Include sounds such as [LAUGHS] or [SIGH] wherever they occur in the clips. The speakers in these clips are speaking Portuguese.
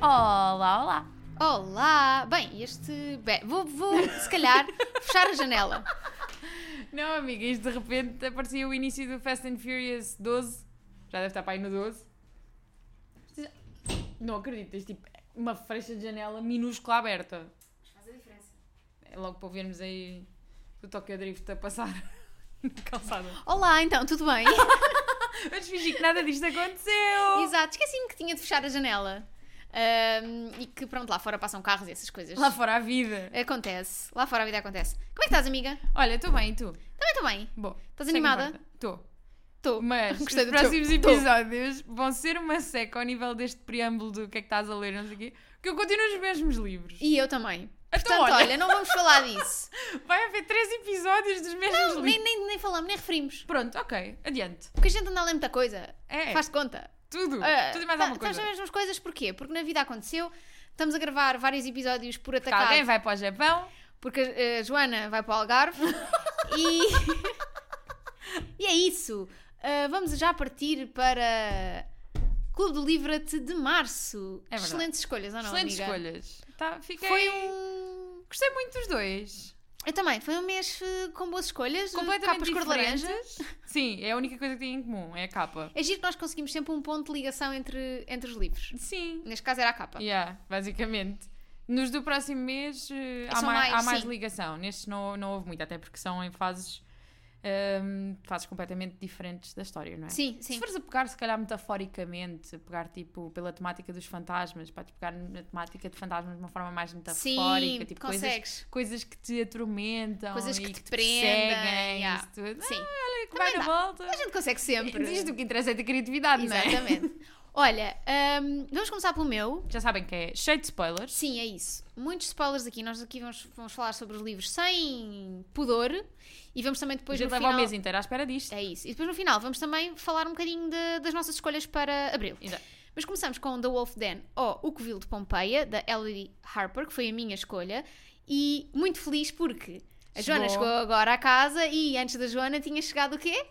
Olá, olá. Olá! Bem, este. Bem, vou, vou, se [LAUGHS] calhar, fechar a janela. Não, amiga, isto de repente aparecia o início do Fast and Furious 12. Já deve estar para aí no 12. Não acredito, tens tipo uma freixa de janela minúscula aberta. Faz a diferença. É logo para ouvirmos aí o Tokyo Drift a passar [LAUGHS] na calçada. Olá, então, tudo bem? Mas fingi que nada disto aconteceu. Exato, esqueci-me que tinha de fechar a janela. Ahm, e que, pronto, lá fora passam carros e essas coisas. Lá fora a vida. Acontece. Lá fora a vida acontece. Como é que estás, amiga? Olha, estou bem, e tu? Também estou bem. Bom, Estás animada? Estou. Estou. Mas os [LAUGHS] Gostei do próximos teu- tô. episódios vão ser uma seca ao nível deste preâmbulo do que é que estás a ler, não sei o quê, porque eu continuo os mesmos livros. E eu também. Então, Portanto, olha, olha, não vamos falar [LAUGHS] disso. vai haver três episódios dos mesmos Não, livros. nem, nem, nem falamos, nem referimos. Pronto, ok, adiante. Porque a gente anda a ler muita coisa. É, Faz de conta. tudo, Ah, tudo e mais tá- alguma Estamos coisa. a ver as mesmas coisas porquê? Porque na vida aconteceu. Estamos a gravar vários episódios por Porque Tá, alguém atacar. vai para o Japão, Porque a, a Joana vai para o [LAUGHS] Algarve. e... [LAUGHS] e é isso. Ah, vamos já partir para Clube do Livra-te de Março. É verdade. Excelentes escolhas, ou não, excelentes amiga? escolhas. Tá, fiquei... Foi um... Gostei muito dos dois. Eu também. Foi um mês eh, com boas escolhas. Completamente capas cor de laranja. diferentes. Sim, é a única coisa que têm em comum, é a capa. É giro que nós conseguimos sempre um ponto de ligação entre, entre os livros. Sim, Neste caso era a capa. Yeah, basicamente. Nos do próximo mês eh, há, São mais, mais, há mais sim. ligação. Nestes não, não houve muito, até porque são em fases, ehm, fases completamente diferentes da história, não é? Sim, sim. Se fores a pegar, se calhar, metaforicamente, a pegar tipo pela temática dos fantasmas, para te pegar na temática de fantasmas de uma forma mais metafórica, Sim, tipo coisas, consegues. coisas que te atormentam, Coisas que e te prendem, perseguem, yeah. isso tudo. Sim. Ah, olha, que Também vai na dá. volta. A gente consegue [LAUGHS] sempre. Isto o que interessa é ter criatividade, não é? Exatamente. Olha, hum, vamos começar pelo meu. Já sabem que é cheio de spoilers. Sim, é isso. Muitos spoilers aqui. Nós aqui vamos, vamos falar sobre os livros sem pudor e vamos também A depois gente no leva final... o mês inteiro à espera disto. É isso. E depois no final vamos também falar um bocadinho de- das nossas escolhas para abril. Exato. Mas começamos com The Wolf Den ou O Covil de Pompeia, da Elodie Harper, que foi a minha escolha. E muito feliz porque a Joana Chegou. chegou agora à casa e antes da Joana tinha chegado o quê?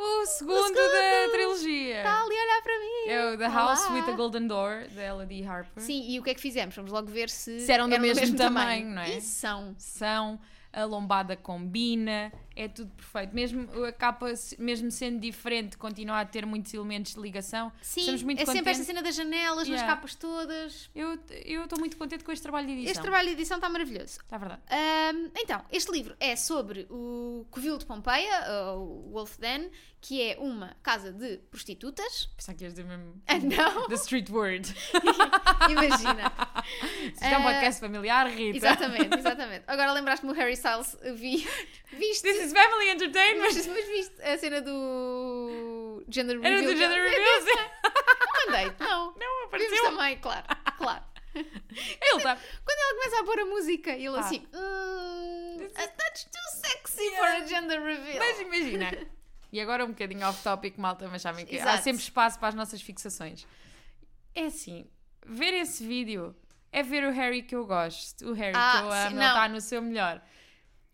O segundo, da segundo. trilogia. Está ali tá a olhar para mim. É o The Olá. House with the Golden Door, da Elodie Harper. Sim, e o que é que fizemos? Vamos logo ver se, Hum? Se eram do mesmo tamanho, não é? E são. São, a lombada combina, é tudo perfeito. Mesmo a capa, se- mesmo sendo diferente, continua a ter muitos elementos de ligação. Sim, Estamos muito é sempre contentes. esta cena das janelas, Yeah. nas capas todas. Eu eu estou muito contente com este trabalho de edição. Este trabalho de edição está maravilhoso. Está verdade. Ahm, então, este livro é sobre o Covil de Pompeia, ou Wolf Den, que é uma casa de prostitutas. [LAUGHS] Pensava que ias dizer mesmo Ah, não, The Street Word. [LAUGHS] [LAUGHS] imagina. Isto é um Ah, podcast familiar, Rita. Exatamente, exatamente. Agora lembraste-me o Harry Styles, [LAUGHS] vi, viste, This is family entertainment. mas, mas viste a cena do gender Era reveal. do dele? Gender Reveals. Não mandei, não. Não, Vimos apareceu. também, claro, claro. Ele tá- está. Quando ela começa a pôr a música e ele Ah. assim, "Hmm, This is- that's too sexy Yeah. for a gender reveal. Mas imagina. E agora um bocadinho off-topic, malta, mas sabem que há Exato. sempre espaço para as nossas fixações. É assim, ver esse vídeo é ver o Harry que eu gosto, o Harry Ah, que eu amo, sim, ele não. está no seu melhor.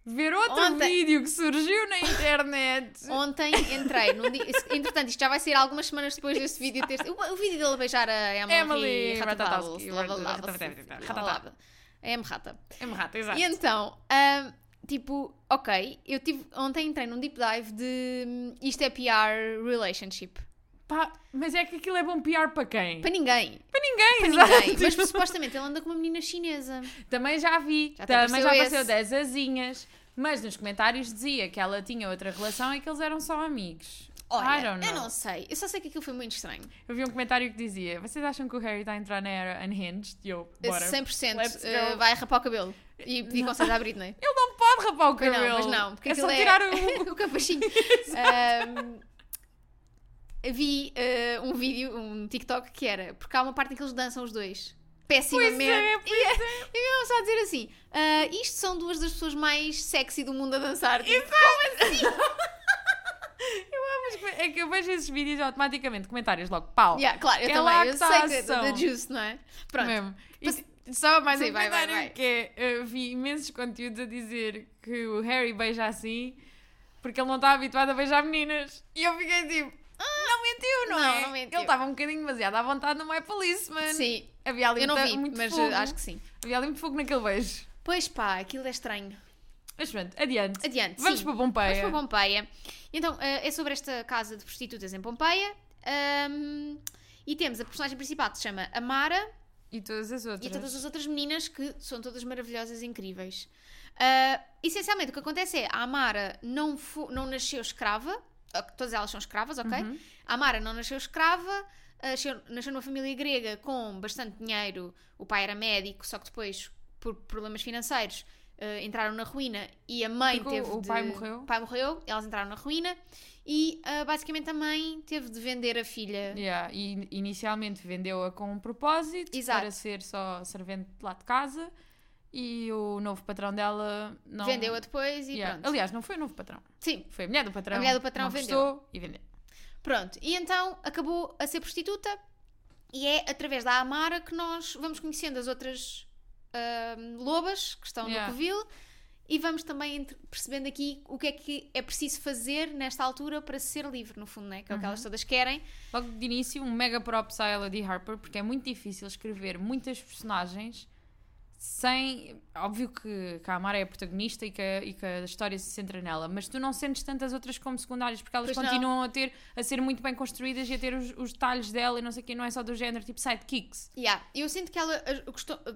Ver outro Ontem- vídeo que surgiu na internet. Ontem entrei num dia. isso- Entretanto, isto já vai sair algumas semanas depois deste vídeo. ter- o, o vídeo dele a beijar a Emily, Emily Ratatowski. Ratatowski, Ratatowski, Ratatowski. A M-Rata. É morrata, exato. E então, ahm, tipo, ok, eu tive. Ontem entrei num deep dive de hum, isto é PR relationship. Pá, mas é que aquilo é bom PR para quem? Para ninguém. Para ninguém, Para exato. ninguém. [LAUGHS] Mas supostamente ele anda com uma menina chinesa. Também já vi, Já te também já apareceu apareceu esse. 10 asinhas, mas nos comentários dizia que ela tinha outra relação e que eles eram só amigos. I Olha, don't know. eu não sei. Eu só sei que aquilo foi muito estranho. Eu vi um comentário que dizia: Vocês acham que o Harry está a entrar na era unhinged? E eu, bora. 100% Let's go. eh, vai rapar o cabelo e pedir conselho à Britney. [LAUGHS] Ele não pode rapar o Pois cabelo. Não, mas não, porque é só aquilo tirar o. [LAUGHS] o [LAUGHS] capachinho. Ahm, vi ah, um vídeo, um TikTok que era, porque há uma parte em que eles dançam os dois. Pois Pessimamente. é, pois é. [LAUGHS] E eu só a dizer assim: ah, isto são duas das pessoas mais sexy do mundo a dançar. Tipo, Mas [LAUGHS] É que eu vejo esses vídeos automaticamente, comentários logo, pau. yeah, claro, eu É lá também. que Eu tá a sei que ação. da Juice, não é? Pronto. Mesmo. E só mais Sim, um vai, vai, comentário vai. que é: eu vi imensos conteúdos a dizer tá que o Harry beija assim porque ele não está habituado a beijar meninas. E eu fiquei tipo: Não mentiu, não, Não, é? não mentiu. Ele estava um bocadinho demasiado à vontade no My Policeman. Sim. Havia ali Eu não muita- vi, Então, muito mas fogo. eh, acho que sim. Havia ali muito fogo naquele beijo. Pois pá, aquilo é estranho. Mas pronto, adiante. Adiante. Vamos sim. para Pompeia. Vamos para Pompeia. Então, eh, é sobre esta casa de prostitutas em Pompeia. Ahm, e temos a personagem principal que se chama Amara E todas as outras. e é todas as outras meninas que são todas maravilhosas e incríveis. Ah, essencialmente, o que acontece é a Amara não, fo- não nasceu escrava. ah, Todas elas são escravas, ok? Uhum. A Amara não nasceu escrava, ah, nasceu, nasceu numa família grega com bastante dinheiro. O pai era médico, só que depois, por problemas financeiros, ah, entraram na ruína e a mãe Porque o- teve o de- pai morreu. O pai morreu, elas entraram na ruína e ah, basicamente a mãe teve de vender a filha. Yeah, E inicialmente vendeu-a com um propósito Exato. para ser só servente lá de casa e o novo patrão dela não. Vendeu-a depois e Yeah. pronto. Aliás, não foi o novo patrão. Sim, Foi a mulher do patrão. A mulher do patrão não vendeu. gostou e vendeu. Pronto, e então acabou a ser prostituta e é através da Amara que nós vamos conhecendo as outras ahm, lobas que estão Yeah. no Covil e vamos também entre- percebendo aqui o que é que é preciso fazer nesta altura para ser livre, no fundo, né? que é o que elas Uhum. todas querem. Logo de início, um mega props à Elodie Harper, porque é muito difícil escrever muitas personagens sem. Óbvio que, que a Amara é a protagonista e que, a- e que a história se centra nela, mas tu não sentes tantas outras como secundárias, porque elas Pois não. continuam a, ter, a ser muito bem construídas e a ter os, os detalhes dela e não sei o quê, não é só do género tipo sidekicks. Yeah. Eu sinto que ela ah, gostou- ah,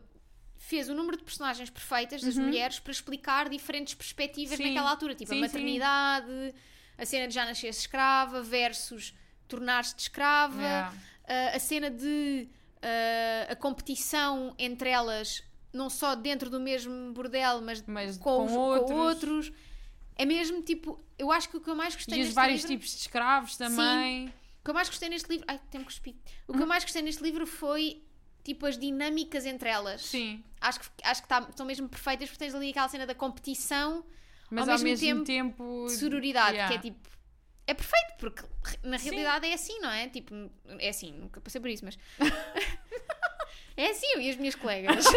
fez o número de personagens perfeitas das mulheres para explicar diferentes perspectivas Uhum. Sim. naquela altura, tipo Sim, a sim. maternidade, a cena de já nascer escrava versus tornar-se escrava. Yeah. Uh, a cena de uh, a competição entre elas, não só dentro do mesmo bordel, mas, Mas com, com os- outros. com outros. É mesmo tipo, eu acho que o que eu mais gostei E os neste vários livro, tipos de escravos também. o que eu mais gostei neste livro, ai, tenho que cuspir. O que eu mais gostei neste livro foi tipo as dinâmicas entre elas. Sim. Acho que acho que tá- estão mesmo perfeitas porque tens ali aquela cena da competição, Mas ao, mesmo, tempo. de sororidade, Yeah. que é tipo. É perfeito, porque re- na Sim. realidade é assim, não é? Tipo, é assim, nunca passei por isso, [LAUGHS] mas. é assim, eu e as minhas [LAUGHS] colegas. [LAUGHS]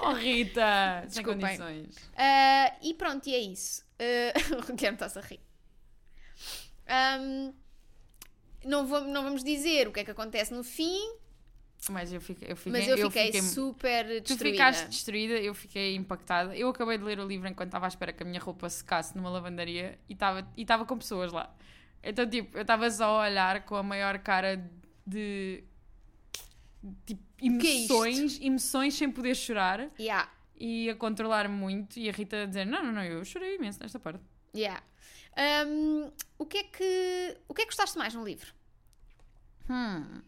Oh, Rita! sem Desculpem. condições. Ah, e pronto, e é isso. Ah, [LAUGHS] o Guilherme está-se a rir. Ahm, não, vamos, não vamos dizer o que é que acontece no fim, Mas eu fiquei. é, Eu fiquei mas eu fiquei, fiquei super Tu destruída. ficaste destruída, eu fiquei impactada. Eu acabei de ler o livro enquanto estava à espera que a minha roupa secasse numa lavandaria e estava e estava com pessoas lá. Então, tipo, eu estava só a olhar com a maior cara de. Tipo, que é isto? emoções, emoções sem poder chorar Yeah, e a controlar muito. E a Rita a dizer: Não, não, não, eu chorei imenso nesta parte. yeah. Ahm, o, que é que, o que é que gostaste mais no livro? Hum.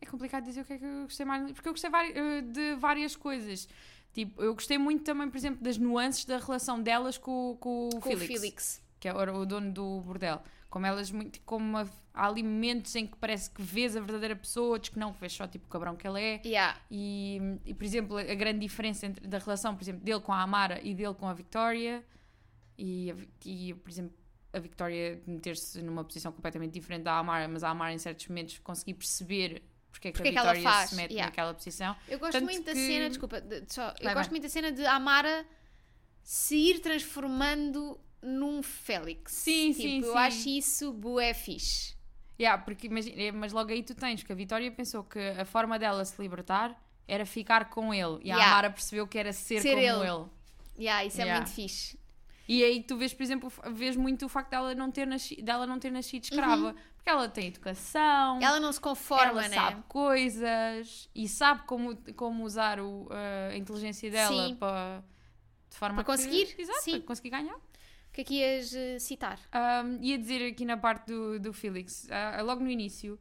É complicado dizer o que é que eu gostei mais, porque eu gostei vari- eh, de várias coisas. Tipo, eu gostei muito também, por exemplo, das nuances da relação delas com, o- com o Com Felix. o Felix. que é o o dono do bordel. Como elas muito. Como a- há ali momentos em que parece que vês a verdadeira pessoa, outros que não, que vês só tipo o cabrão que ela é. Yeah. E, e, por exemplo, a grande diferença entre, da relação, por exemplo, dele com a Amara e dele com a Victoria. E, a Vi- e, por exemplo, a Victoria meter-se numa posição completamente diferente da Amara, mas a Amara em certos momentos conseguir perceber porque é que Porque é a que ela Victoria faz, se mete yeah. naquela posição. Eu gosto Tanto muito da que- cena, desculpa, de- de- só, eu Vai, gosto vai. muito da cena de a Amara se ir transformando num Félix. Sim, tipo, sim, Eu sim. acho isso bué fixe. Yeah, porque imagina, eh, mas logo aí tu tens que a Vitória pensou que a forma dela se libertar era ficar com ele e a Yeah. Amara percebeu que era ser, Ser como ele. ele. Yeah, isso é Yeah. muito fixe. E aí tu vês, por exemplo, f- vês muito o facto dela não ter, nasci, dela não ter nascido Uhum. escrava, porque ela tem educação, Ela não se conforma, ela né? sabe coisas e sabe como, como usar o, eh, a inteligência dela Sim. para de forma Para que- conseguir, exato, sim. para conseguir ganhar. O que é que ias eh, citar? Um, ia dizer aqui na parte do, do Felix, ah, logo no início,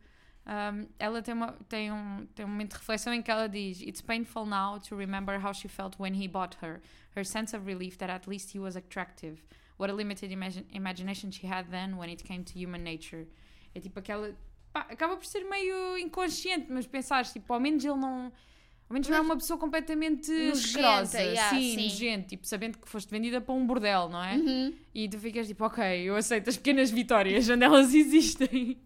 um, ela tem, uma, tem, um, tem um momento de reflexão em que ela diz: It's painful now to remember how she felt when he bought her, her sense of relief that at least he was attractive. What a limited imagi- imagination she had then when it came to human nature. É tipo aquela. pá, acaba por ser meio inconsciente, mas pensares, tipo, ao menos ele não. Ao menos não é uma pessoa completamente Nojenta, asquerosa, yeah, sim, sim. Uhum. nojento, tipo, sabendo que foste vendida para um bordel, não é? E tu ficas tipo, ok, eu aceito as pequenas vitórias onde elas [LAUGHS] existem.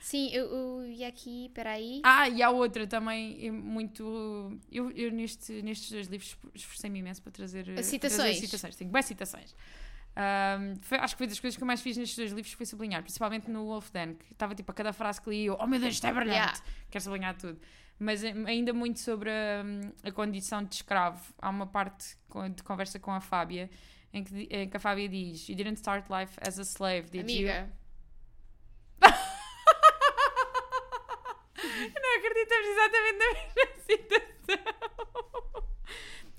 Sim, eu, eu ia aqui, peraí. Ah, e há outra também, é muito. Eu, eu neste, nestes dois livros esforcei-me imenso para trazer, As para trazer citações. citações. Tenho boas citações. Um, foi- acho que foi das coisas que eu mais fiz nestes dois livros foi sublinhar, principalmente no Wolf Den, que estava tipo a cada frase que li eu, oh meu Deus, isto é brilhante, Yeah. quero sublinhar tudo. Mas hum, ainda muito sobre hum, a, condição de escravo. Há uma parte co- de conversa com a Fábia em que, di- em que a Fábia diz: You didn't start life as a slave, did you? Amiga. Não acreditamos exatamente na mesma situação.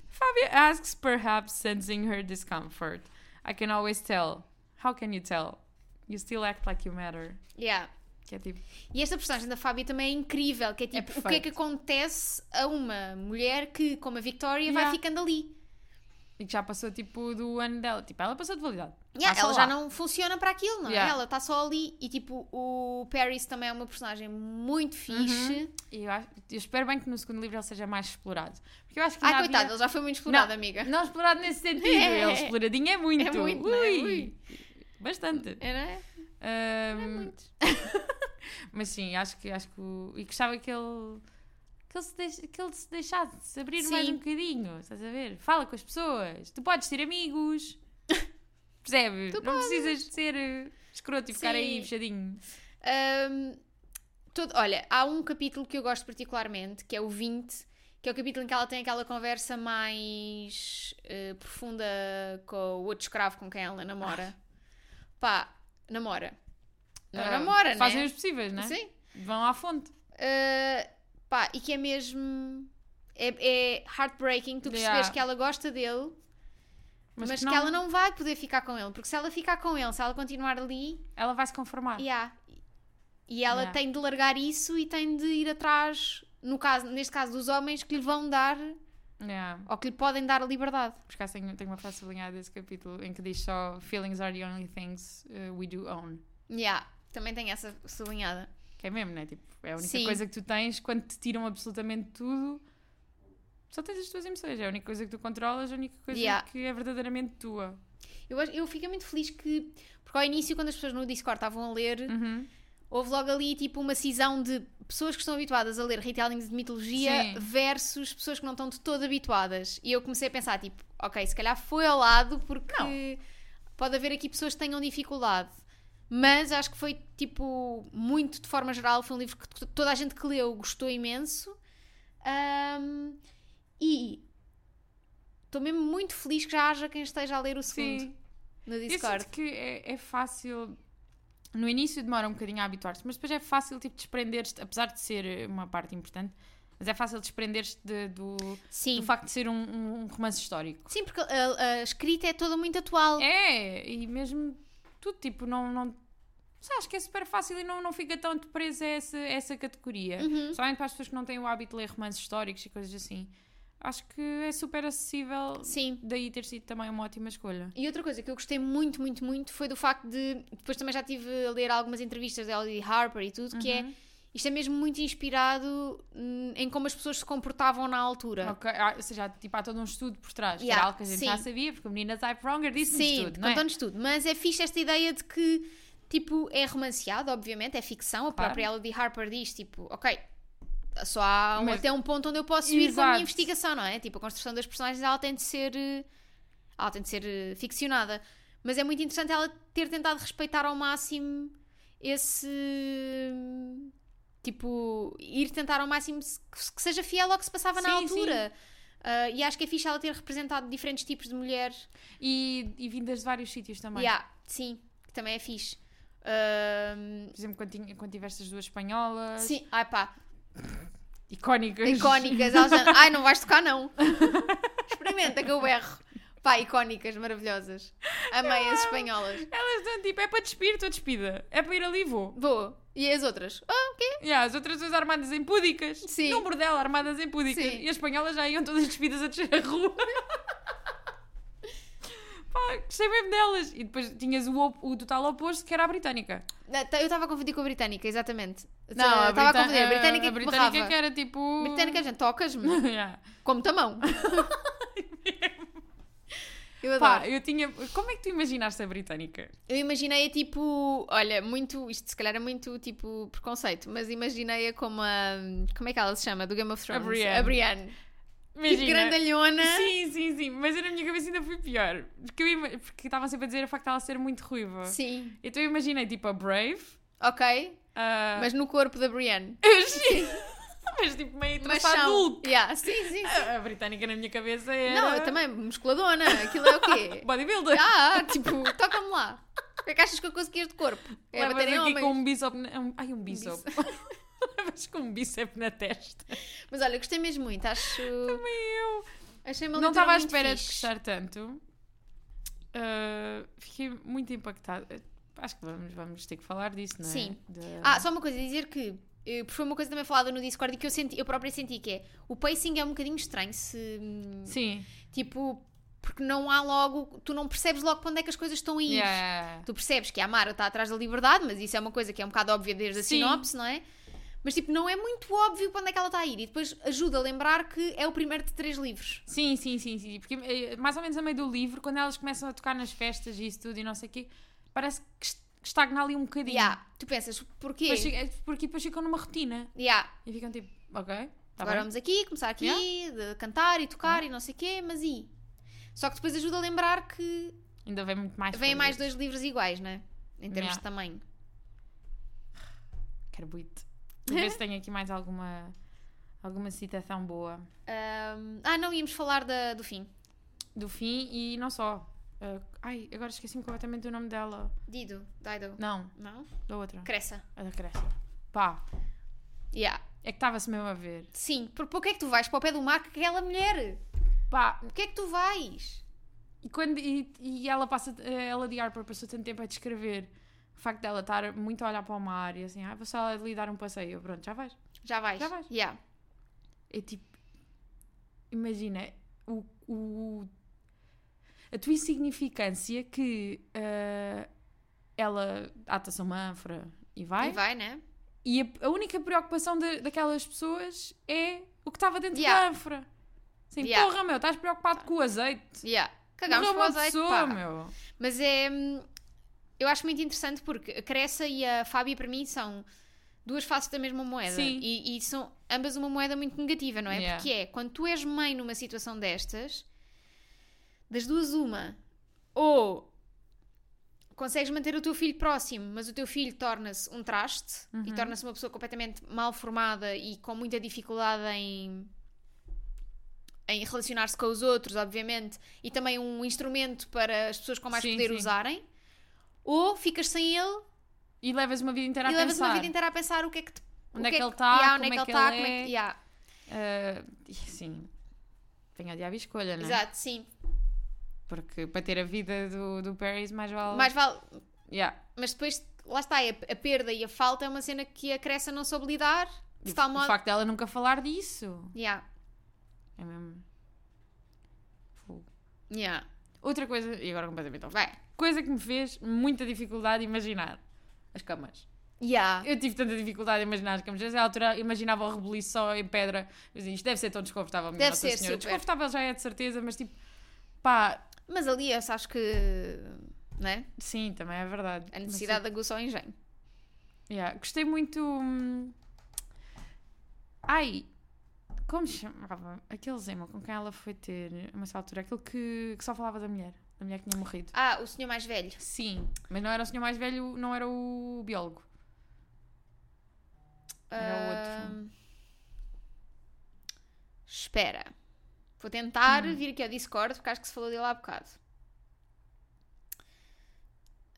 Fábia asks, perhaps sensing her discomfort. I can always tell. How can you tell? You still act like you matter. Yeah. Que é tipo, E esta personagem da Fábia também é incrível, que é tipo, o que é perfeito. que acontece a uma mulher que, como a Victoria, Yeah. vai ficando ali. e que já passou tipo do ano dela. Tipo, ela passou de validade. Yeah, Passa ela lá. já não funciona para aquilo, não é? Yeah. Ela está só ali e tipo, o Paris também é uma personagem muito fixe. E eu, acho- eu espero bem que no segundo livro ele seja mais explorado. Porque eu acho que. Ah, ainda coitado, havia- ele já foi muito explorado, Não. [LAUGHS] amiga. Não explorado [LAUGHS] nesse sentido. É. Ele exploradinho é muito. É muito, Ui. não é? Ui. Bastante. Era? é Ahm, [LAUGHS] mas sim, acho que. Acho que o- e gostava que ele. Que ele, se deix- que ele se deixasse abrir mais Sim. um bocadinho, estás a ver? Fala com as pessoas, tu podes ter [LAUGHS] amigos, percebe? Tu não precisas de ser eh, escroto e ficar aí Sim. fechadinho. Ahm, todo- olha, há um capítulo que eu gosto particularmente, que é o 20, que é o capítulo em que ela tem aquela conversa mais eh, profunda com o outro escravo com quem ela namora. Pá, namora. Não Ah, namora, Fazem né? os possíveis, né? Sim. Vão à fonte. Uh, pá, e que é mesmo. É, é heartbreaking tu perceberes Yeah. que ela gosta dele, mas, que, não- ela não vai poder ficar com ele, porque se ela ficar com ele, se ela continuar ali, Ela vai se conformar. yeah. e ela Ah. Yeah. tem de largar isso e tem de ir atrás, no caso, neste caso, dos homens que lhe vão dar Yeah. ou que lhe podem dar a liberdade. Por acaso tenho, tenho uma frase sublinhada desse capítulo em que diz só Feelings are the only things uh, we do own. Yeah. Também tem essa sublinhada. Que é mesmo, né? Tipo, é a única Sim. coisa que tu tens quando te tiram absolutamente tudo. Só tens as tuas emoções. É a única coisa que tu controlas, a única coisa Yeah. que é verdadeiramente tua. Eu, acho- eu fico muito feliz que, porque ao início, quando as pessoas no Discord estavam a ler, Uhum. Houve logo ali tipo uma cisão de pessoas que estão habituadas a ler retellings de mitologia Sim. versus pessoas que não estão de todo habituadas. E eu comecei a pensar, tipo, ok, se calhar foi ao lado porque pode haver aqui pessoas que tenham dificuldade. Mas acho que foi tipo muito de forma geral, foi um livro que t- toda a gente que leu gostou imenso. Ahm, e estou mesmo muito feliz que já haja quem esteja a ler o segundo Sim. no Eu Discord. sinto que é, é fácil. No início demora um bocadinho a habituar-se, mas depois é fácil tipo, desprender-te, apesar de ser eh, uma parte importante, mas é fácil desprender-te de- do, Sim. do facto de ser um- um- um romance histórico. Sim, porque a, a escrita é toda muito atual. É, e mesmo tudo, tipo, não. não Mas acho que é super fácil e não, não fica tão de presa a essa, a essa categoria. Uhum. Somente para as pessoas que não têm o hábito de ler romances históricos e coisas assim. Acho que é super acessível. Sim. Daí ter sido também uma ótima escolha. E outra coisa que eu gostei muito, muito, muito foi do facto de. Depois também já tive a ler algumas entrevistas da Audie Harper e tudo, que é. Isto é mesmo muito inspirado hum, em como as pessoas se comportavam na altura. Ok, ah, ou seja, tipo, há todo um estudo por trás. Que É. Yeah, era algo que a gente sim. já sabia, porque a menina Type Wronger disse-nos Sim, tudo, não é? contando-nos tudo. Mas é fixe esta ideia de que, tipo, é romanceado, obviamente, é ficção. A Claro. própria Audie Harper diz, tipo, ok, só há um- Mas- até um ponto onde eu posso ir com a Exato. minha investigação, não é? Tipo, a construção das personagens, ela tem de ser. eh, Ela tem de ser eh, ficcionada. Mas é muito interessante ela ter tentado respeitar ao máximo esse. Tipo, ir tentar ao máximo se- que seja fiel ao que se passava na Sim, sim. altura. Ah, e acho que é fixe ela ter representado diferentes tipos de mulheres. E, e vindas de vários sítios também. Yeah, sim, que também é fixe. Ahm, Por exemplo, quando, tinha, quando tiveste as duas espanholas, sim, ai pá, icónicas. icónicas. elas já- Ai, não vais tocar, não. Experimenta que eu berro. Pá, icónicas, maravilhosas. Amei as espanholas. Elas estão tipo, é para despir, estou despida. É para ir ali, vou. Boa. E as outras? Ah, ok. Yeah, as outras duas armadas em púdicas. Sim. Num bordel, armadas em púdicas. Sim. E as espanholas já iam todas despidas a descer [LAUGHS] a rua. Pá, gostei mesmo delas. E depois tinhas o, op- o total oposto, que era a britânica. Ah, tá, Eu estava a confundir com a britânica, exatamente. a eu estava a Brita- confundir. A britânica, a é que britânica berrava. que era tipo... [LAUGHS] Britânica, gente, tocas-me. Yeah. Como tamão. eu adoro. Pá, eu tinha... Como é que tu imaginaste a britânica? Eu imaginei-a tipo, olha, muito, isto se calhar é muito tipo preconceito, mas imaginei-a como a, como é que ela se chama, do Game of Thrones? Brienne. Tipo grandalhona. Sim, sim, sim. Mas eu na minha cabeça ainda fui pior. Porque, eu ima- porque estavam sempre a dizer o facto de ela ser muito ruiva. Sim. Então eu imaginei tipo a Brave. Ok. a- Mas no corpo da Brienne. Sim. mas tipo meio Mas traço são. adulto. Yeah, sim, sim. [LAUGHS] A a britânica na minha cabeça era... Não, eu também, musculadona. Aquilo é o [LAUGHS] quê? Bodybuilder. Ah, tipo, toca-me lá. O que é que achas que eu conseguias de corpo? É Levas bater em aqui homens. com um bíceps... na- um- Ai, um bíceps. [LAUGHS] Levas com um bíceps [LAUGHS] na testa. Mas olha, gostei mesmo muito. Acho. Também eu. Achei uma leitura Não estava à muito espera de fixe. gostar tanto. Ah, fiquei muito impactada. Acho que vamos, vamos ter que falar disso, não é? Sim. De- Ah, só uma coisa, dizer que. eh, Porque foi uma coisa também falada no Discord e que eu, senti, eu própria senti que é o pacing é um bocadinho estranho se hum, Sim. tipo porque não há logo, tu não percebes logo para onde é que as coisas estão a ir. Yeah. Tu percebes que a Mara está atrás da liberdade, mas isso é uma coisa que é um bocado óbvia desde a Sim. sinopse, não é? Mas tipo, não é muito óbvio para onde é que ela está a ir. E depois ajuda a lembrar que é o primeiro de três livros. Sim, sim, sim, sim. Porque eh, mais ou menos a meio do livro, quando elas começam a tocar nas festas e isso tudo e não sei o quê, parece que est- que estagna ali um bocadinho. Yeah. Tu pensas, porquê? Depois chega- porque depois ficam numa rotina Yeah. e ficam tipo, ok, tá Agora bem. Tá vamos aqui, começar aqui, de cantar e tocar e não sei o quê, mas e? Só que depois ajuda a lembrar que Ainda vem muito mais. vêm coisas. mais dois livros iguais, né? Em termos Yeah. de tamanho. Quero buit. Vou ver se tenho aqui mais alguma, alguma citação boa Ahm, ah, não, íamos falar da- do fim. do fim e não só. Ah, ai, agora esqueci-me completamente do nome dela. Dido, Dido. Não, Não? da outra. Cressa. A da Cressa. Pá, Yeah. é que estava-se mesmo a ver. Sim, por- por que é que tu vais para o pé do mar com aquela mulher? Pá, Por que é que tu vais? E, quando, e, e ela passa, eh, ela de Harper passou tanto tempo a descrever o facto dela estar muito a olhar para o mar e assim, ah, vou só lhe dar um passeio, Eu, pronto, já vais. Já vais. Já vais. Yeah. É tipo, imagina o, o- a tua insignificância que ah, ela ata-se a uma ânfora e vai, E e, vai, né? a, a única preocupação da- daquelas pessoas é o que estava dentro Yeah. da ânfora. Assim, Yeah. porra, meu, estás preocupado com o azeite. Yeah. Cagámos Morreu para o uma azeite, pessoa, pá. meu. Mas é. hum, Eu acho muito interessante porque a Cressa e a Fábia, para mim, são duas faces da mesma moeda. Sim. E, e são ambas uma moeda muito negativa, não é? Yeah. Porque é quando tu és mãe numa situação destas, das duas, uma. Ou consegues manter o teu filho próximo, mas o teu filho torna-se um traste Uhum. e torna-se uma pessoa completamente mal formada e com muita dificuldade em em relacionar-se com os outros, obviamente, e também um instrumento para as pessoas com mais Sim, poder sim. usarem. Ou ficas sem ele E levas uma vida inteira e a levas pensar. uma vida inteira a pensar o que é que te, Onde o é que é ele tá, yeah, como onde é é que que ele está, ele como é é. que. Yeah. Ah, e sim, tenho a diabo escolha, né? Exato, sim. Porque para ter a vida do, do Paris, mais vale. Mais vale. Yeah. Mas depois, lá está, é a, a perda e a falta é uma cena que a Cressa não soube lidar, de E tal o modo. facto dela nunca falar disso Yeah. é mesmo. Fogo. Yeah. Outra coisa, e agora completamente off. Vai. Coisa que me fez muita dificuldade imaginar as camas. Yeah. Eu tive tanta dificuldade a imaginar as camas. Nessa altura imaginava o rebuliço só em pedra. Eu dizia, isto deve ser tão desconfortável, minha Deve Nossa ser Senhora. super. Desconfortável já é de certeza, mas tipo, pá, Mas ali, eu acho que. Né? sim, também é verdade. A Mas, necessidade aguça o engenho. Yeah, Gostei muito. hum, Ai, como se chamava? Aquele Zema com quem ela foi ter a uma certa altura, aquele que, que só falava da mulher, da mulher que tinha morrido. Ah, o senhor mais velho. Sim, mas não era o senhor mais velho, não era o biólogo. Ah, Era Ahm, Espera. Vou tentar Hum. vir aqui ao Discord porque acho que se falou dele há bocado.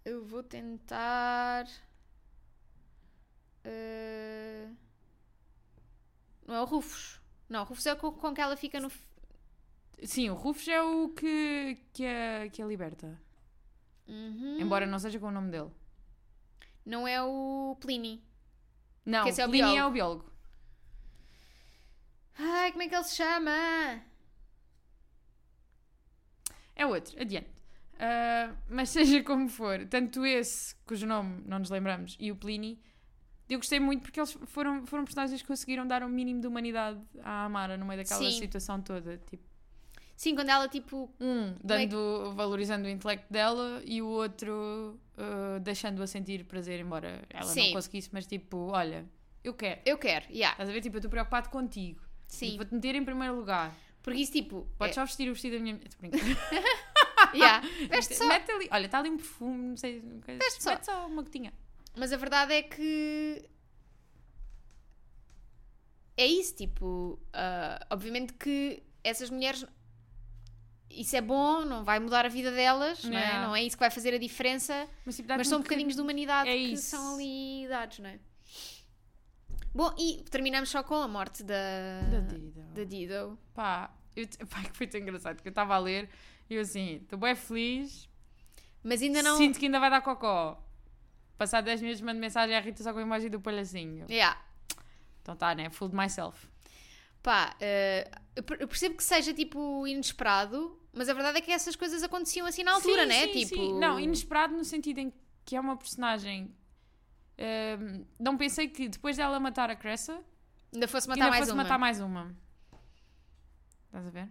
Eu vou tentar. Ah, Não é o Rufus. Não, o Rufus é com, com que ela fica no. f- Sim, o Rufus é o que, que, a, que a liberta. Uhum. Embora não seja com o nome dele. Não é o Pliny. Não, Que esse é o Pliny é o biólogo. Ai, como é que ele se chama? É outro, adiante. Ah, mas [LAUGHS] seja como for, tanto esse, cujo nome não nos lembramos, e o Pliny, eu gostei muito porque eles foram, foram personagens que conseguiram dar um mínimo de humanidade à Amara no meio daquela Sim. situação toda. Tipo, Sim, quando ela tipo um dando, é valorizando o intelecto dela e o outro ah, deixando-a sentir prazer, embora ela Sim. não conseguisse, mas tipo, olha, eu quero. eu quero, yeah. Estás a ver? Tipo, eu estou preocupado contigo. Sim. Vou-te meter em primeiro lugar. Porque isso, tipo. Podes só vestir o vestido da minha. Tô brincando. [LAUGHS] é, yeah, veste só. Mete ali. Olha, está ali um perfume, não sei. uma coisa. assim. Veste só. Mete só uma gotinha. Mas a verdade é que. É isso, tipo. ah, obviamente que essas mulheres. Isso é bom, não vai mudar a vida delas, não é? Yeah. Não é isso que vai fazer a diferença. Mas, tipo, dá-te Mas são um bocadinhos de humanidade É que isso. são ali dados, não é? Bom, e terminamos só com a morte da, Da Dido. da Dido. Pá, eu te- [LAUGHS] pá, que foi tão engraçado que eu estava a ler e eu assim, estou bem feliz, Mas ainda não. sinto que ainda vai dar cocó. Passado 10 minutos mando mensagem à Rita só com a imagem do palhacinho. Yeah. Então tá, né? Fooled myself. Pá, eh, eu per- eu percebo que seja tipo inesperado, mas a verdade é que essas coisas aconteciam assim na altura, Sim, né? sim, tipo, sim. Não, inesperado no sentido em que é uma personagem... ehm, não pensei que depois dela matar a Cressa, ainda fosse que matar ainda mais fosse uma. matar mais uma. Estás a ver? É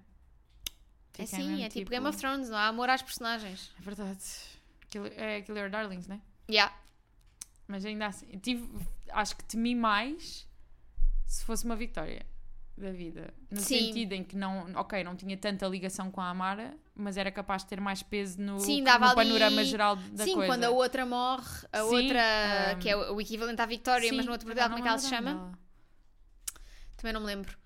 Fiquei assim, mesmo é tipo, Game of Thrones, não há amor às personagens. É verdade. Kill- É Killer Darlings, né? Yeah. Mas ainda assim, eu tive, acho que temi mais se fosse uma vitória da vida. No Sim. sentido em que não, ok, não tinha tanta ligação com a Amara, mas era capaz de ter mais peso no, Sim, no dava ali- panorama geral da Sim, coisa. quando a outra morre, a Sim, outra, ahm, que é o o equivalente à Victoria, mas Sim, no outro não, portal, não como é que ela se lembro o nome chama? dela. Também não me lembro.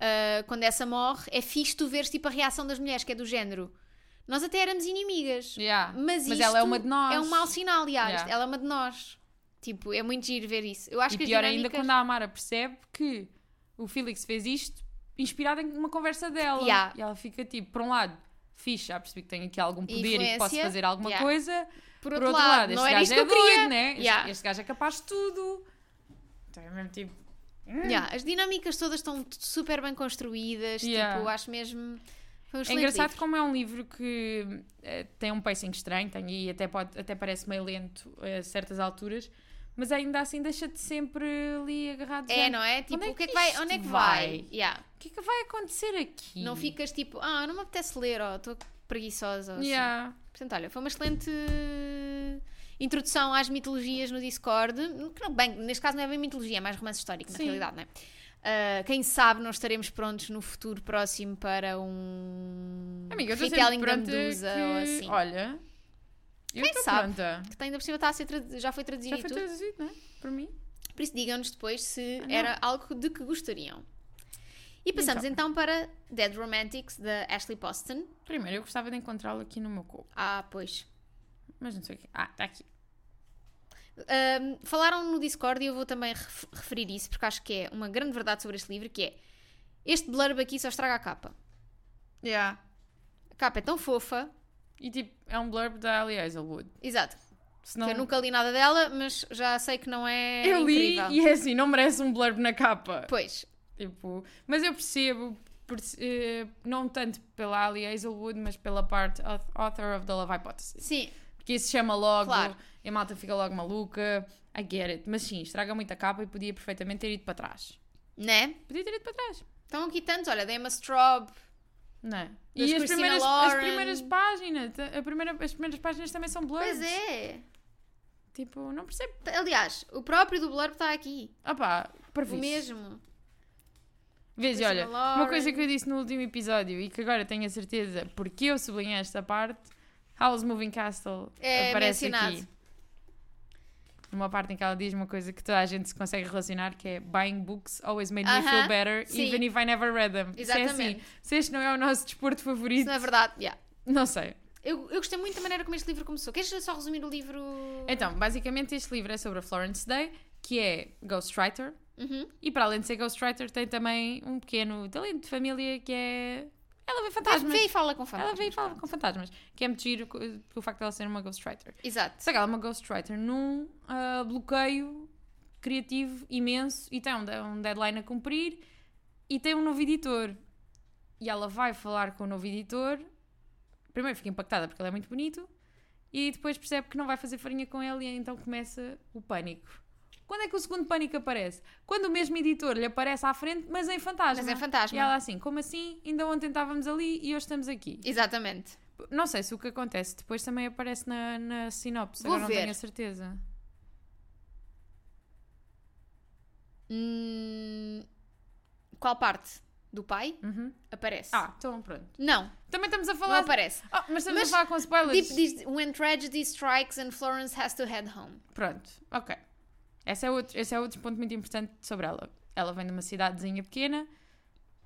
Ah, quando essa morre, é fixe tu veres tipo a reação das mulheres, que é do género. Nós até éramos inimigas. Yeah. Mas, isto ela é uma de nós. É um mau sinal, aliás. Yeah. Ela é uma de nós. Tipo, é muito giro ver isso. Eu acho E que pior as ainda dinâmicas- quando a Amara percebe que o Félix fez isto inspirado em uma conversa dela. Yeah. E ela fica tipo, por um lado, fixe, já percebi que tenho aqui algum poder e que posso Influência. fazer alguma Yeah. coisa. Por Por outro, lado, este não gajo era isto é que eu doido, queria. né? Este, Yeah. este gajo é capaz de tudo. Então é mesmo tipo. Yeah, As dinâmicas todas estão t- super bem construídas. Yeah. Tipo, acho mesmo. Foi um É excelente engraçado livro. como é um livro que eh, tem um pacing estranho tem, e até, pode, até parece meio lento a certas alturas, mas ainda assim deixa-te sempre ali agarrado. É, já. não é? Tipo, Onde é o que é que que vai? isto Onde é que vai? vai? Yeah. O que é que vai acontecer aqui? Não ficas tipo, ah, não me apetece ler, ó, estou preguiçosa. ou assim. Yeah. Portanto, olha, foi uma excelente introdução às mitologias no Discord. Que não- Bem, neste caso não é bem mitologia, é mais romance histórico, na Sim. realidade, não é? Ah, quem sabe não estaremos prontos no futuro próximo para um Amiga, eu estou sempre retelling da pronta Medusa que- ou assim. Olha, eu Quem estou sabe? pronta. Que ainda por cima está a ser tradu- já foi traduzido Já e foi tudo. traduzido, não é? Por mim. Por isso digam-nos depois se não. era algo de que gostariam. E passamos então, para Dead Romantics, da Ashley Poston. Primeiro, eu gostava de encontrá-lo aqui no meu corpo, Ah, pois. mas não sei o quê. Ah, está aqui. Um, falaram no Discord e eu vou também ref- referir isso porque acho que é uma grande verdade sobre este livro que é este blurb aqui só estraga a capa. Yeah. A capa é tão fofa. E tipo, é um blurb da Ali Hazelwood. Exato. Se não... é. Eu nunca li nada dela, mas já sei que não é Eu li incrível. e é assim, não merece um blurb na capa. Pois, Tipo, mas eu percebo, perce- eh, não tanto pela Ali Hazelwood, mas pela parte auth- author of the Love Hypothesis. sim, Porque isso chama logo, Claro. e a malta fica logo maluca. I get it. Mas sim, estraga muito a capa e podia perfeitamente ter ido para trás. né? Podia ter ido para trás. Estão aqui tantos, olha, da Emma Straub. Não é? Mas E as Christina primeiras, as Lauren. primeiras páginas, a primeira, as primeiras páginas também são blurbs. Pois é. Tipo, não percebo. Aliás, o próprio do blurb está aqui. Opá, para O mesmo. Vês, Christina olha, uma Lauren. coisa que eu disse no último episódio e que agora tenho a certeza porque eu sublinhei esta parte, Howl's Moving Castle É aparece mencionado. aqui. Numa parte em que ela diz uma coisa que toda a gente se consegue relacionar, que é Buying books always made me feel Aham, better, sim. even if I never read them. Isso é assim, Exatamente. se este não é o nosso desporto Isso favorito, não é verdade. yeah. não sei. Eu, eu gostei muito da maneira como este livro começou. Queres só resumir o livro? Então, basicamente este livro é sobre a Florence Day, que é ghostwriter, Uhum. e para além de ser ghostwriter tem também um pequeno talento de família que é... Ela vê fantasmas. Vê e fala com fantasmas. Ela veio e fala com fantasmas, que é muito giro co- pelo facto dela ser uma ghostwriter. Exato. Só que ela é uma ghostwriter num ah, bloqueio criativo imenso e tem um, de- um deadline a cumprir e tem um novo editor. E ela vai falar com o novo editor. Primeiro fica impactada porque ele é muito bonito e depois percebe que não vai fazer farinha com ele e então começa o pânico. Quando é que o segundo pânico aparece? Quando o mesmo editor lhe aparece à frente, mas em fantasma. Mas em fantasma. E ela assim, como assim? Ainda ontem estávamos ali e hoje estamos aqui. Exatamente. Não sei se o que acontece depois também aparece na, na sinopse, Vou agora não ver. tenho a certeza. Hum, Qual parte? do pai, Uhum. aparece. Ah, então pronto. Não, Também estamos a não falar. aparece. Ah, mas estamos Mas- a falar com spoilers. Deep diz When Tragedy Strikes and Florence Has to Head Home. Pronto, ok. Esse é, outro, esse é outro ponto muito importante sobre ela. Ela vem de uma cidadezinha pequena,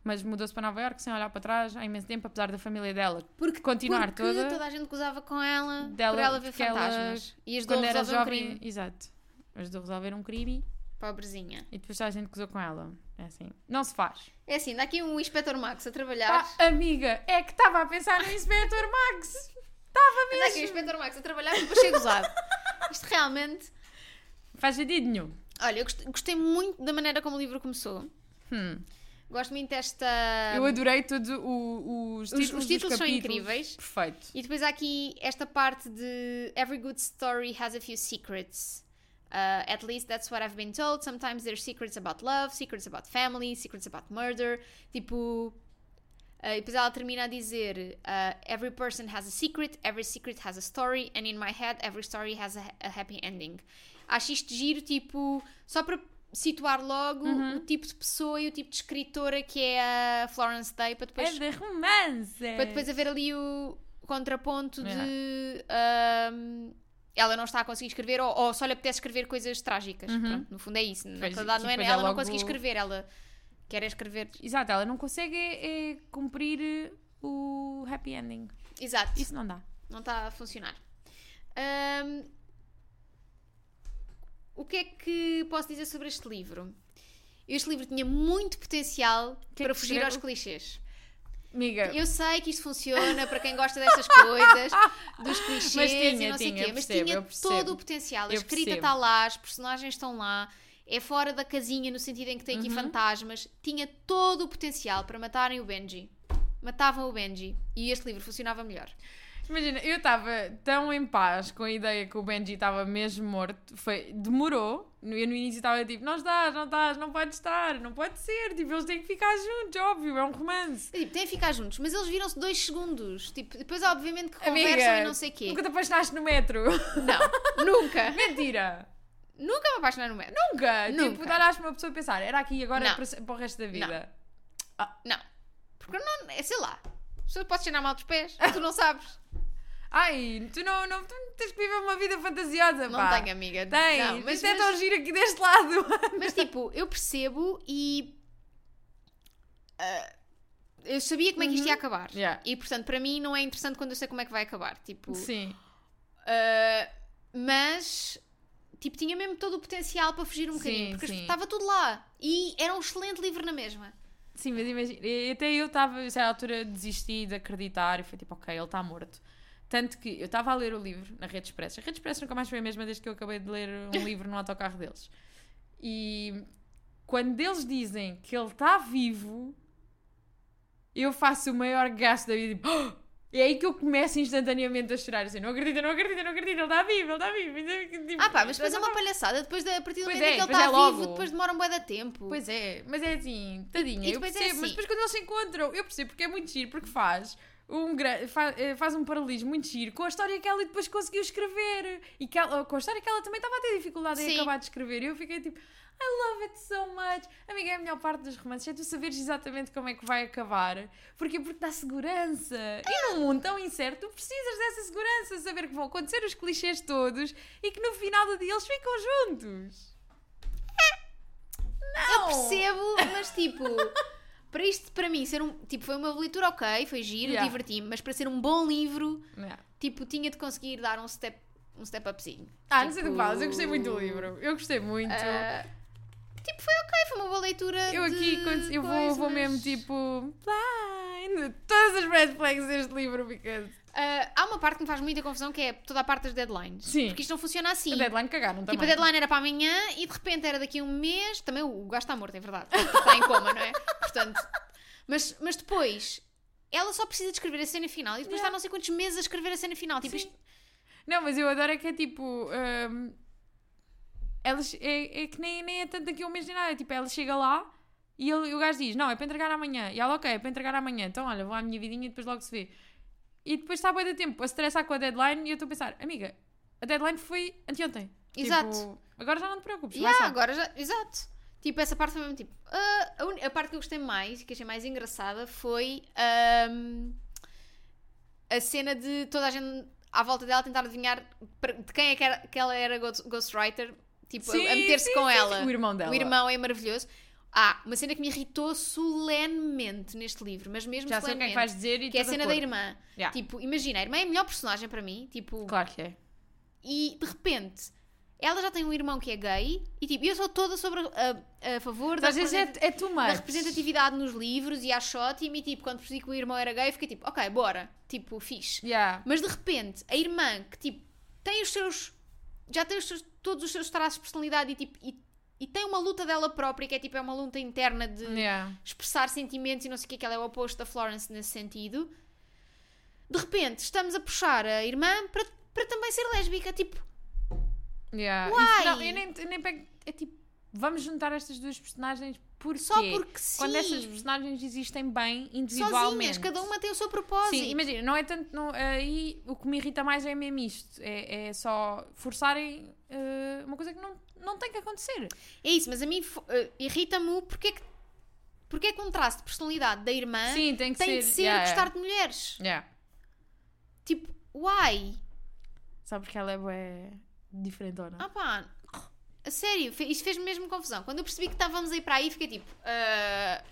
mas mudou-se para Nova Iorque sem olhar para trás há imenso tempo, apesar da família dela Porque continuar Porque toda. toda a gente gozava com ela Dela, por ela ver porque ela, fantasmas. E as quando duas era resolveram um jovem. crime. Exato. Ajudou a resolver um crime Pobrezinha. e depois toda a gente gozou com ela. É assim. Não se faz. É assim, dá aqui um Inspector Max a trabalhar. Pá, amiga, é que estava a pensar no Inspector Max. Estava Anda aqui o mesmo. Inspector Max a trabalhar e depois chego [LAUGHS] usado. Isto realmente. Faz sentido nenhum. Olha, eu gost- gostei muito da maneira como o livro começou. Hum. Gosto muito desta. Eu adorei todos o- os- os os títulos. dos títulos são capítulos. incríveis. Perfeito. E depois há aqui esta parte de Every good story has a few secrets. Uh, at least that's what I've been told. Sometimes there's secrets about love, secrets about family, secrets about murder. Tipo. uh, e depois ela termina a dizer: uh, Every person has a secret, every secret has a story, and in my head, every story has a, a happy ending. Acho isto giro, tipo, só para situar logo o tipo de pessoa e o tipo de escritora que é a Florence Day, para depois é de romance. para depois é- haver ali o contraponto É. de ahm, ela não está a conseguir escrever ou, ou só lhe apetece escrever coisas trágicas. Pronto, no fundo é isso. Na Uhum. Pois, verdade, não é e depois ela é não logo- conseguir escrever, ela quer é escrever. Exato, ela não consegue é, é, cumprir eh, o happy ending. Exato, Isso não dá. não está a funcionar. Ahm, o que é que posso dizer sobre este livro? Este livro tinha muito potencial que é para que fugir será- aos clichês. Amiga, Eu sei que isto funciona para quem gosta destas coisas, dos clichês Mas tinha, e não sei o tinha, quê, mas percebo, tinha eu percebo. todo o potencial. A Eu escrita percebo. está lá, os personagens estão lá, é fora da casinha no sentido em que tem Uhum. aqui fantasmas. Tinha todo o potencial para matarem o Benji. Matavam o Benji e este livro funcionava melhor. imagina, eu estava tão em paz com a ideia que o Benji estava mesmo morto. Foi, demorou. No- Eu no início estava tipo, não estás, não estás, não pode estar, não pode ser. Tipo, eles têm que ficar juntos, óbvio, é um romance. É Tipo, têm a ficar juntos, mas eles viram-se dois segundos. Tipo, depois, obviamente, que Amiga, conversam e não sei o quê. Nunca te apaixonaste [LAUGHS] no metro. Não, nunca. Mentira! Nunca me apaixonar no metro. Nunca! Tipo, Nunca. de olhares para uma pessoa e pensar, era aqui e agora Não. para, se- para o resto da vida. Não. Porque eu não, é, sei lá. Se eu posso tirar mal dos pés, tu não sabes. Ai, tu não, não tu tens que viver uma vida fantasiosa, Não pá. tenho, amiga. Tem, Não, mas, isto é tão mas, giro aqui deste lado. mas, tipo, eu percebo e. ah, eu sabia como é que isto ia acabar. Uhum. Yeah. E portanto, para mim, não é interessante quando eu sei como é que vai acabar. Tipo. [LAUGHS] Sim. ah, mas. Tipo, tinha mesmo todo o potencial para fugir um Sim, bocadinho. porque sim. estava tudo lá. E era um excelente livro na mesma. Sim, mas imagina, e- até eu estava, a certa altura, desisti de acreditar e foi tipo, ok, ele está morto. Tanto que eu estava a ler o livro na Rede Expressa. A Rede Expressa nunca mais foi a mesma desde que eu acabei de ler um livro no autocarro deles. E quando eles dizem que ele está vivo, eu faço o maior gasto da vida. Tipo, "Oh!" é aí que eu começo instantaneamente a chorar. Assim, não acredito, não acredito, não acredito, ele está vivo, ele está vivo. E, tipo, Ah pá, mas depois é não uma palhaçada. Depois, da- a partir do Pois momento em é, que ele depois está é vivo, logo. depois demora um bué da tempo. Pois é, mas é assim, tadinha, E eu depois é percebo, mas assim. depois quando eles se encontram, eu percebo porque é muito giro, porque faz um gra- fa- eh, faz um paralelismo muito giro com a história que ela depois conseguiu escrever e que ela- com a história que ela também estava a ter dificuldade em Sim. acabar de escrever e eu fiquei tipo, I love it so much amiga, é a melhor parte dos romances é tu saberes exatamente como é que vai acabar porque porque dá segurança e num mundo tão incerto, tu precisas dessa segurança saber que vão acontecer os clichês todos e que no final do dia eles ficam juntos Eu percebo, mas tipo, [LAUGHS] para isto, para mim, ser um. Tipo, foi uma leitura ok, foi giro, Yeah. diverti-me, mas para ser um bom livro, Yeah. tipo, tinha de conseguir dar um step, um step upzinho. Ah, não sei do que Tipo, falas, eu gostei muito do livro. Eu gostei muito. ah, tipo, foi ok, foi uma boa leitura. eu aqui, de quando- eu vou, coisa, vou mas- mesmo tipo. Blind! Todas as red flags deste livro, because. Ah, há uma parte que me faz muita confusão que é toda a parte das deadlines. Sim. Porque isto não funciona assim. A deadline cagaram também. Tipo, a deadline era para amanhã e de repente era daqui a um mês. Também o gajo está morto, é verdade. Está em coma, não é? Portanto. Mas, mas depois, ela só precisa de escrever a cena final e depois está não sei quantos meses a escrever a cena final. Tipo, Sim. isto- Não, mas eu adoro é que é tipo. hum, elas, é, é que nem, nem é tanto daqui a um mês nem nada. É Tipo, ela chega lá e ele- o gajo diz: Não, é para entregar amanhã. E ela, ok, é para entregar amanhã. Então, olha, vou à minha vidinha e depois logo se vê. E depois está a de tempo a estressar com a deadline e eu estou a pensar: Amiga, a deadline foi anteontem. Exato. Tipo, agora já não te preocupes. vai Yeah, só." agora já. Exato. Tipo, essa parte foi mesmo tipo. ah, a, uni- a parte que eu gostei mais, que achei mais engraçada, foi ahm, a cena de toda a gente à volta dela tentar adivinhar para- de quem é que, era- que ela era ghost- ghostwriter, tipo, a- a meter-se sim, com sim, sim. ela. O irmão dela. O irmão é maravilhoso. Ah, uma cena que me irritou solenemente neste livro, mas mesmo Já sei o que é solenemente. que vais dizer e que é a estou de cena da acordo. irmã. Yeah. Tipo, imagina, a irmã é a melhor personagem para mim. Tipo, Claro que é. e de repente ela já tem um irmão que é gay e tipo, eu sou toda sobre a, a favor da, Às vezes represent- é, é too da much. [LAUGHS] representatividade nos livros e acho ótimo e tipo, quando percebi que o irmão era gay, fiquei tipo, ok, bora, tipo, fixe. Yeah. Mas de repente, a irmã que tipo tem os seus já tem os seus- todos os seus traços de personalidade e tipo e, e tem uma luta dela própria que é tipo é uma luta interna de Yeah. expressar sentimentos e não sei o que, que ela é o oposto da Florence nesse sentido. De repente, estamos a puxar a irmã para para também ser lésbica, tipo, Yeah. Why? Isso não, eu nem, eu nem pego. É tipo, vamos juntar estas duas personagens porque Só porque sim. é Quando essas personagens existem bem individualmente. Sozinhas, cada uma tem o seu propósito. Sim, imagina, não é tanto. não- aí o que me irrita mais é mesmo isto. É, é só forçarem eh, uma coisa que não, não tem que acontecer. É isso, mas a mim fo- eh, irrita-me o porque é que porque é que um traço de personalidade da irmã Sim, tem que tem ser. de ser yeah, gostar yeah. de mulheres. Yeah. Tipo, why? Só porque ela é bué diferentona. Ah pá, a sério, fe- isto fez-me mesmo confusão. Quando eu percebi que estávamos aí para aí, fiquei tipo, ah,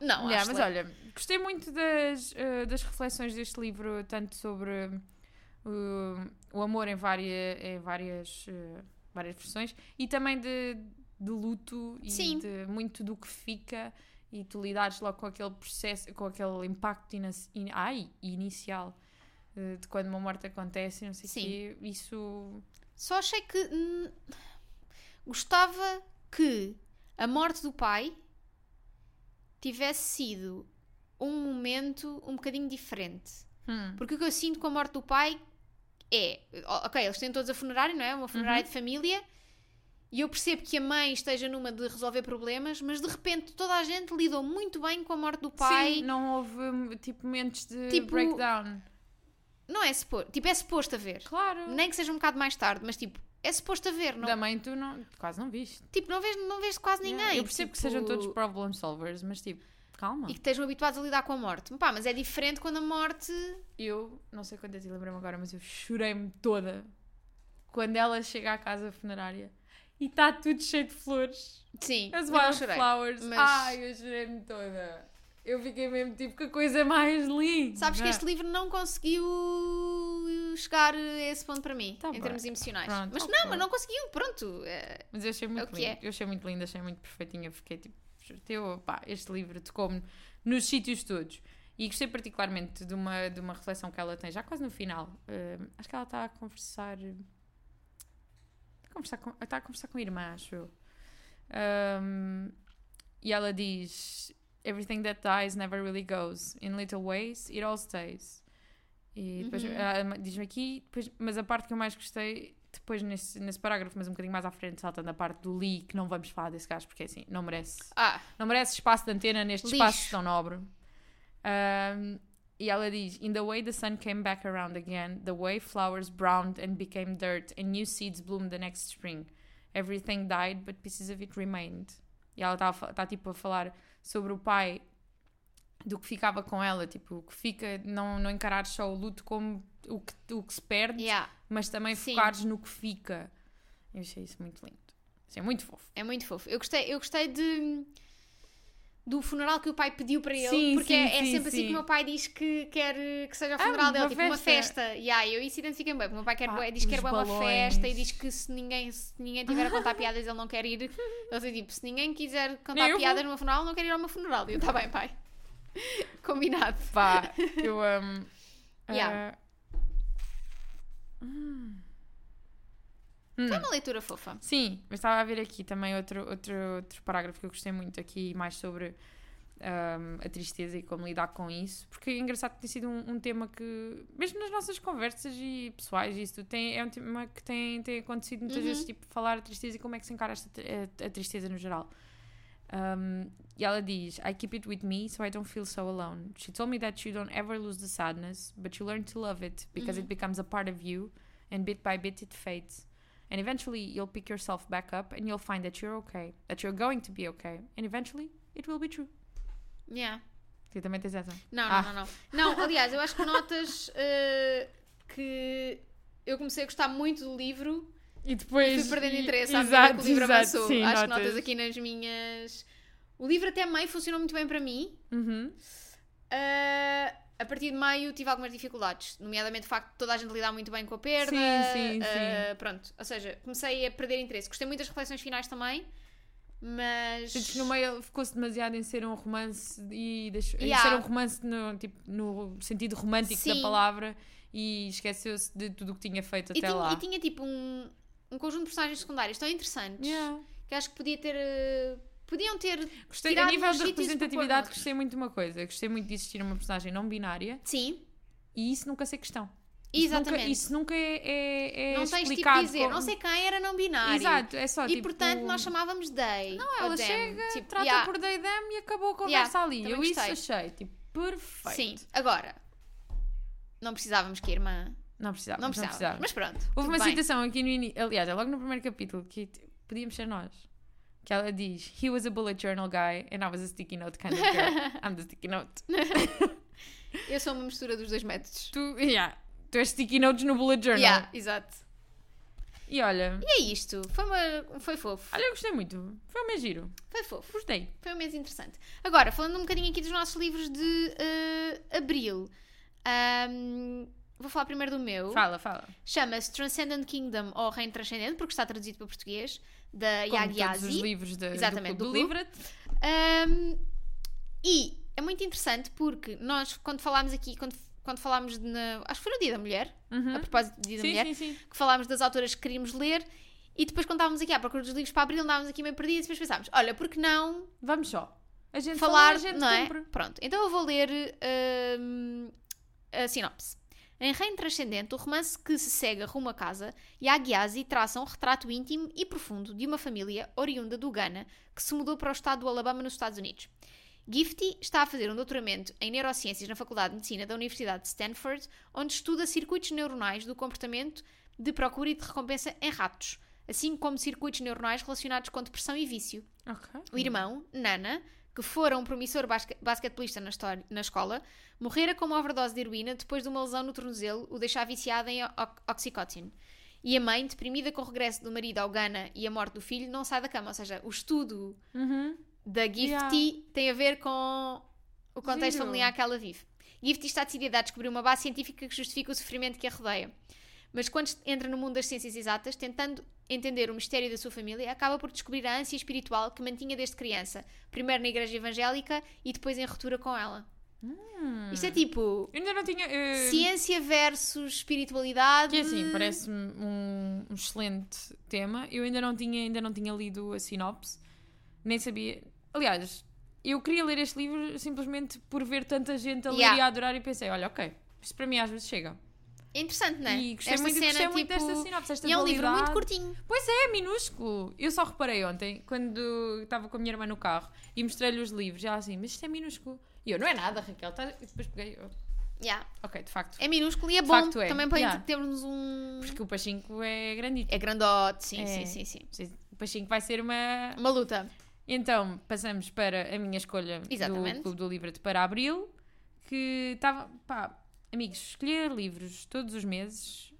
não, Yeah, Ashley. mas olha, gostei muito das, eh, das reflexões deste livro, tanto sobre eh, o amor em, vária, em várias, eh, várias versões e também de, de luto e Sim. de muito do que fica e tu lidares logo com aquele processo, com aquele impacto ina- in- ai, inicial eh, de quando uma morte acontece, não sei o Sim. quê. Isso. Só achei que hum, gostava que a morte do pai tivesse sido um momento um bocadinho diferente. Hum. Porque o que eu sinto com a morte do pai é. o- Ok, eles têm todos a funerária, não é? Uma Uhum. funerária de família. E eu percebo que a mãe esteja numa de resolver problemas, mas de repente toda a gente lidou muito bem com a morte do pai. Sim, não houve tipo momentos de Tipo- breakdown. Não é suposto. Tipo, é suposto haver. Claro. Nem que seja um bocado mais tarde, mas tipo, é suposto haver, não Da mãe tu não, quase não viste. Tipo, não vês, não vês quase ninguém. Yeah, Eu percebo que tipo, sejam todos problem solvers, mas tipo, calma. E que estejam habituados a lidar com a morte. Pá, mas é diferente quando a morte. Eu, não sei quantas e lembrei-me agora, mas eu chorei-me toda quando ela chega à casa funerária e está tudo cheio de flores. Sim, As eu não chorei. wildflowers. mas- Ai, eu chorei-me toda. Eu fiquei mesmo tipo, que coisa mais linda. Sabes que este livro não conseguiu eh, chegar a esse ponto para mim, Tá em bem. termos emocionais. Pronto, mas ok. não, mas não conseguiu, pronto. É, Mas eu achei É o muito que lindo. é. Eu achei muito lindo, achei muito perfeitinha. Fiquei tipo, teu, pá, este livro tocou-me nos sítios todos. E gostei particularmente de uma, de uma reflexão que ela tem, já quase no final. Eh, acho que ela está a conversar. a conversar com, está a conversar com a irmã, acho eu. Ahm, e ela diz: Everything that dies never really goes. In little ways, it all stays. E depois Uhum. ah, diz-me aqui, depois, mas a parte que eu mais gostei, depois nesse, nesse parágrafo, mas um bocadinho mais à frente, saltando a parte do Lee, que não vamos falar desse gajo, porque assim, não merece. Ah, Não merece espaço de antena neste Lixo. espaço tão nobre. Um, e ela diz: In the way the sun came back around again, the way flowers browned and became dirt, and new seeds bloomed the next spring. Everything died, but pieces of it remained. E ela está tá, tipo a falar sobre o pai, do que ficava com ela, tipo, o que fica, não, não encarares só o luto como o que, o que se perde, yeah, mas também Sim. focares no que fica. Eu achei isso muito lindo. Achei muito fofo. é muito fofo. Eu gostei, eu gostei de do funeral que o pai pediu para ele, Sim, porque sim, é, é sim, sempre assim sim. que o meu pai diz que quer eh, que seja o Ah, funeral dele, uma tipo uma festa. festa. E yeah, eu isso identifiquei bem, porque o meu pai quer Pá, bué- diz que quer os bué uma balões. festa e diz que se ninguém, se ninguém tiver a [LAUGHS] contar piadas ele não quer ir. Ele diz tipo, se ninguém quiser contar Eu vou. piadas no meu funeral, não quer ir ao meu funeral. E eu, tá bem, pai. [LAUGHS] Combinado. [LAUGHS] Pá, eu um, uh, amo. Yeah. Ah, Hum. É uma leitura fofa. Sim, mas estava a ver aqui também outro, outro, outro parágrafo que eu gostei muito aqui, mais sobre ahm, a tristeza e como lidar com isso, porque é engraçado que tem sido um, um tema que, mesmo nas nossas conversas e pessoais, isso tudo, tem, é um tema que tem, tem acontecido muitas Uhum. vezes, tipo, falar a tristeza e como é que se encara esta, tri- a, a tristeza no geral. Um, e ela diz: I keep it with me so I don't feel so alone. She told me that you don't ever lose the sadness, but you learn to love it because it becomes a part of you, and bit by bit it fades. And eventually you'll pick yourself back up and you'll find that you're okay, that you're going to be okay. And eventually it will be true. Yeah. Tu também tens essa? Não, não, Ah. não, não. Não, aliás, eu acho que notas eh, que eu comecei a gostar muito do livro E depois. fui perdendo e- interesse à medida exato, que o livro exato, avançou. sim, Acho que notas aqui nas minhas. O livro até meio funcionou muito bem para mim. Uhum. Ah, a partir de meio tive algumas dificuldades, nomeadamente o facto de toda a gente lidar muito bem com a perda. Sim, sim, ah, Pronto, ou seja, comecei a perder interesse. Gostei muito das reflexões finais também, mas. Gente, no meio ele ficou-se demasiado em ser um romance e deixou, Yeah. em ser um romance no, tipo, no sentido romântico Sim. da palavra e esqueceu-se de tudo o que tinha feito E até tinha, lá. e tinha, tipo um, um conjunto de personagens secundários tão interessantes Yeah. que acho que podia ter. ah, podiam ter. Gostei, a Tirar nível uns sítios de para pôr representatividade, noutros. gostei muito de uma coisa. Gostei muito de existir uma personagem não binária Sim, e isso nunca ser questão. Isso nunca- exatamente. isso nunca é, é, é não tens tipo explicado. de dizer, como- não sei quem era não binário. Exato, é só e tipo, portanto nós chamávamos Day. Não, ela chega, tipo, trata yeah, por they them e acabou a conversa ali. também Eu isso gostei. achei, tipo, perfeito. Sim, agora. Não precisávamos que a irmã. Não precisava, Não não precisávamos. precisava. Mas pronto. Houve tudo uma bem. citação aqui no início, aliás, é logo no primeiro capítulo, que t- podíamos ser nós. Que ela diz: He was a bullet journal guy and I was a sticky note kind of girl. [LAUGHS] I'm the sticky note. Eu sou uma mistura dos dois métodos. Tu, yeah, tu és sticky notes no bullet journal. Yeah, exato. E olha, E é isto. Foi, uma... foi fofo. olha, eu gostei muito. Foi um mês giro. Foi fofo. Gostei. Foi um mês interessante. Agora, falando um bocadinho aqui dos nossos livros de eh, abril. Ahm, vou falar primeiro do meu. Fala, fala. Chama-se Transcendent Kingdom ou Reino Transcendente, porque está traduzido para português, da Como Yagi todos os Azi. livros de, Exatamente, do, do do clube. Livret. Um, e é muito interessante porque nós, quando falámos aqui, quando, quando falámos, de, na- acho que foi no Dia da Mulher, Uhum. a propósito do Dia da Sim, Mulher, sim, sim. que falámos das autoras que queríamos ler e depois quando estávamos aqui à procura dos livros para abril, andávamos aqui meio perdidos e depois pensámos, olha, por que não Vamos só. A gente falar, fala, a gente não é? cumpre. Pronto, então eu vou ler hum, a sinopse. Em Reino Transcendente, o romance que se segue rumo a casa, Yagiasi traça um retrato íntimo e profundo de uma família oriunda do Ghana que se mudou para o estado do Alabama nos Estados Unidos. Gifty está a fazer um doutoramento em neurociências na Faculdade de Medicina da Universidade de Stanford, onde estuda circuitos neuronais do comportamento de procura e de recompensa em ratos, assim como circuitos neuronais relacionados com depressão e vício. Ok. O irmão, Nana, que fora um promissor basque- basquetebolista na, história- na escola, morrera com uma overdose de heroína depois de uma lesão no tornozelo o deixar viciada em o- oxycontin. E a mãe, deprimida com o regresso do marido ao Ghana e a morte do filho, não sai da cama. Ou seja, o estudo Uhum. da Gifty Yeah. tem a ver com o contexto Giro. familiar que ela vive. Gifty está decidida a descobrir uma base científica que justifica o sofrimento que a rodeia. Mas quando entra no mundo das ciências exatas, tentando entender o mistério da sua família, acaba por descobrir a ânsia espiritual que mantinha desde criança, primeiro na igreja evangélica e depois em ruptura com ela. Hum. Isto é tipo Eu ainda não tinha. eh, ciência versus espiritualidade. Que é assim, parece-me um, um excelente tema. Eu ainda não tinha, ainda não tinha lido a sinopse, nem sabia. Aliás, eu queria ler este livro simplesmente por ver tanta gente a ler Yeah. e a adorar e pensei, olha, ok, isto para mim às vezes chega. É interessante, não é? E gostei, Esta muito, cena, gostei muito tipo, desta sinopse, esta E é um livro muito validade. curtinho. Pois é, é minúsculo. Eu só reparei ontem, quando estava com a minha irmã no carro e mostrei-lhe os livros, ela assim, mas isto é minúsculo. E eu, não é nada, Raquel. tá- E depois peguei, eu, Yeah. ok, de facto. É minúsculo e é De bom facto é, também para yeah. termos um. Porque o Pachinko é grandito. É grandote, sim, É. sim, sim, sim. O Pachinko vai ser uma, Uma luta. Então, passamos para a minha escolha Exatamente. do Clube do Livro de para Abril, que estava, pá, amigos, escolher livros todos os meses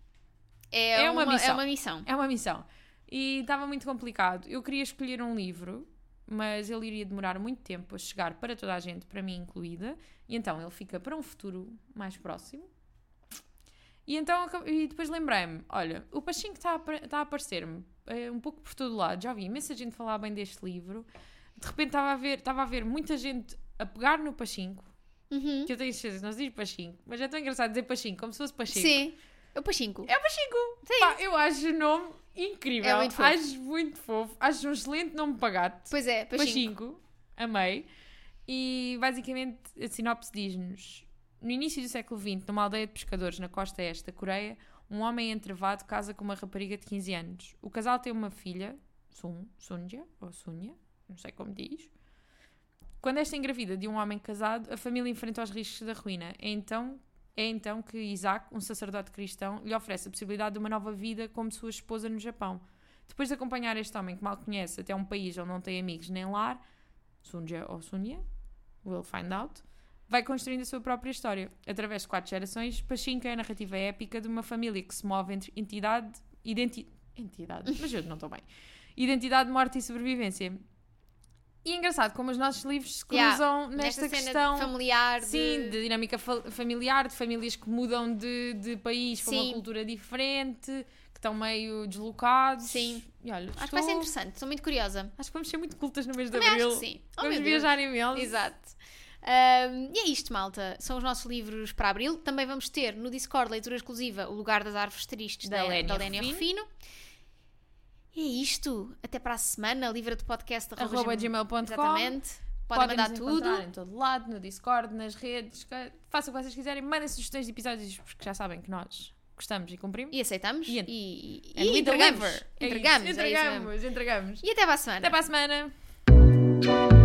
É, É uma missão. É uma missão. é uma missão. E estava muito complicado. Eu queria escolher um livro, mas ele iria demorar muito tempo a chegar para toda a gente, para mim incluída, e então ele fica para um futuro mais próximo. E então acab- e depois lembrei-me, olha, o Pachinko está a, apar- está a aparecer-me eh, um pouco por todo lado, já ouvi imensa gente falar bem deste livro, de repente estava a ver, estava a ver muita gente a pegar no Pachinko, Uhum. que eu tenho certeza, não se diz Pachinko, mas é tão engraçado dizer Pachinko, como se fosse Pachinko. Sim. Eu pus 5. É o Pachinko. Pá, eu acho o nome incrível. É muito fofo. Acho muito fofo. Acho um excelente nome para gato. Pois é, pus 5. Pachinko. Amei. E basicamente a sinopse diz-nos: No início do século XX, numa aldeia de pescadores na costa este da Coreia, um homem entrevado casa com uma rapariga de 15 anos. O casal tem uma filha, Sun, Sunja, ou Sunha, não sei como diz. Quando esta engravida de um homem casado, a família enfrenta os riscos da ruína. É então É então que Isaac, um sacerdote cristão, lhe oferece a possibilidade de uma nova vida como sua esposa no Japão. Depois de acompanhar este homem que mal conhece até um país onde não tem amigos nem lar, Sunja ou Sunya, we'll find out, vai construindo a sua própria história. Através de quatro gerações, Pachinko é a narrativa épica de uma família que se move entre entidade, identi [LAUGHS] entidade, mas eu não estou bem, identidade, morte e sobrevivência. E é engraçado como os nossos livros se Yeah, cruzam nesta, cena questão. familiar. de- Sim, de dinâmica fa- familiar, de famílias que mudam de, de país para uma Sim. cultura diferente, que estão meio deslocados. Sim. E olha, Acho que estou- vai ser interessante, estou muito curiosa. acho que vamos ser muito cultas no mês de Também abril. acho que sim. Oh, vamos meu Deus. viajar imenso. Exato. Ahm, e é isto, malta. São os nossos livros para abril. Também vamos ter no Discord leitura exclusiva O Lugar das Árvores Tristes Da da, Lénia da Lénia Rufino. Rufino. E é isto. Até para a semana. Livra de podcast. arroba Arroba gmail- gmail.com. Exatamente. Podem Podem mandar nos tudo. encontrar em todo lado, no Discord, nas redes. que- Façam o que vocês quiserem. Mandem sugestões de episódios, porque já sabem que nós gostamos e cumprimos. E aceitamos. E E, en- e, And e we entregamos. deliver. É isso. Entregamos. é isso mesmo. Entregamos, entregamos. E até para a semana. Até para a semana.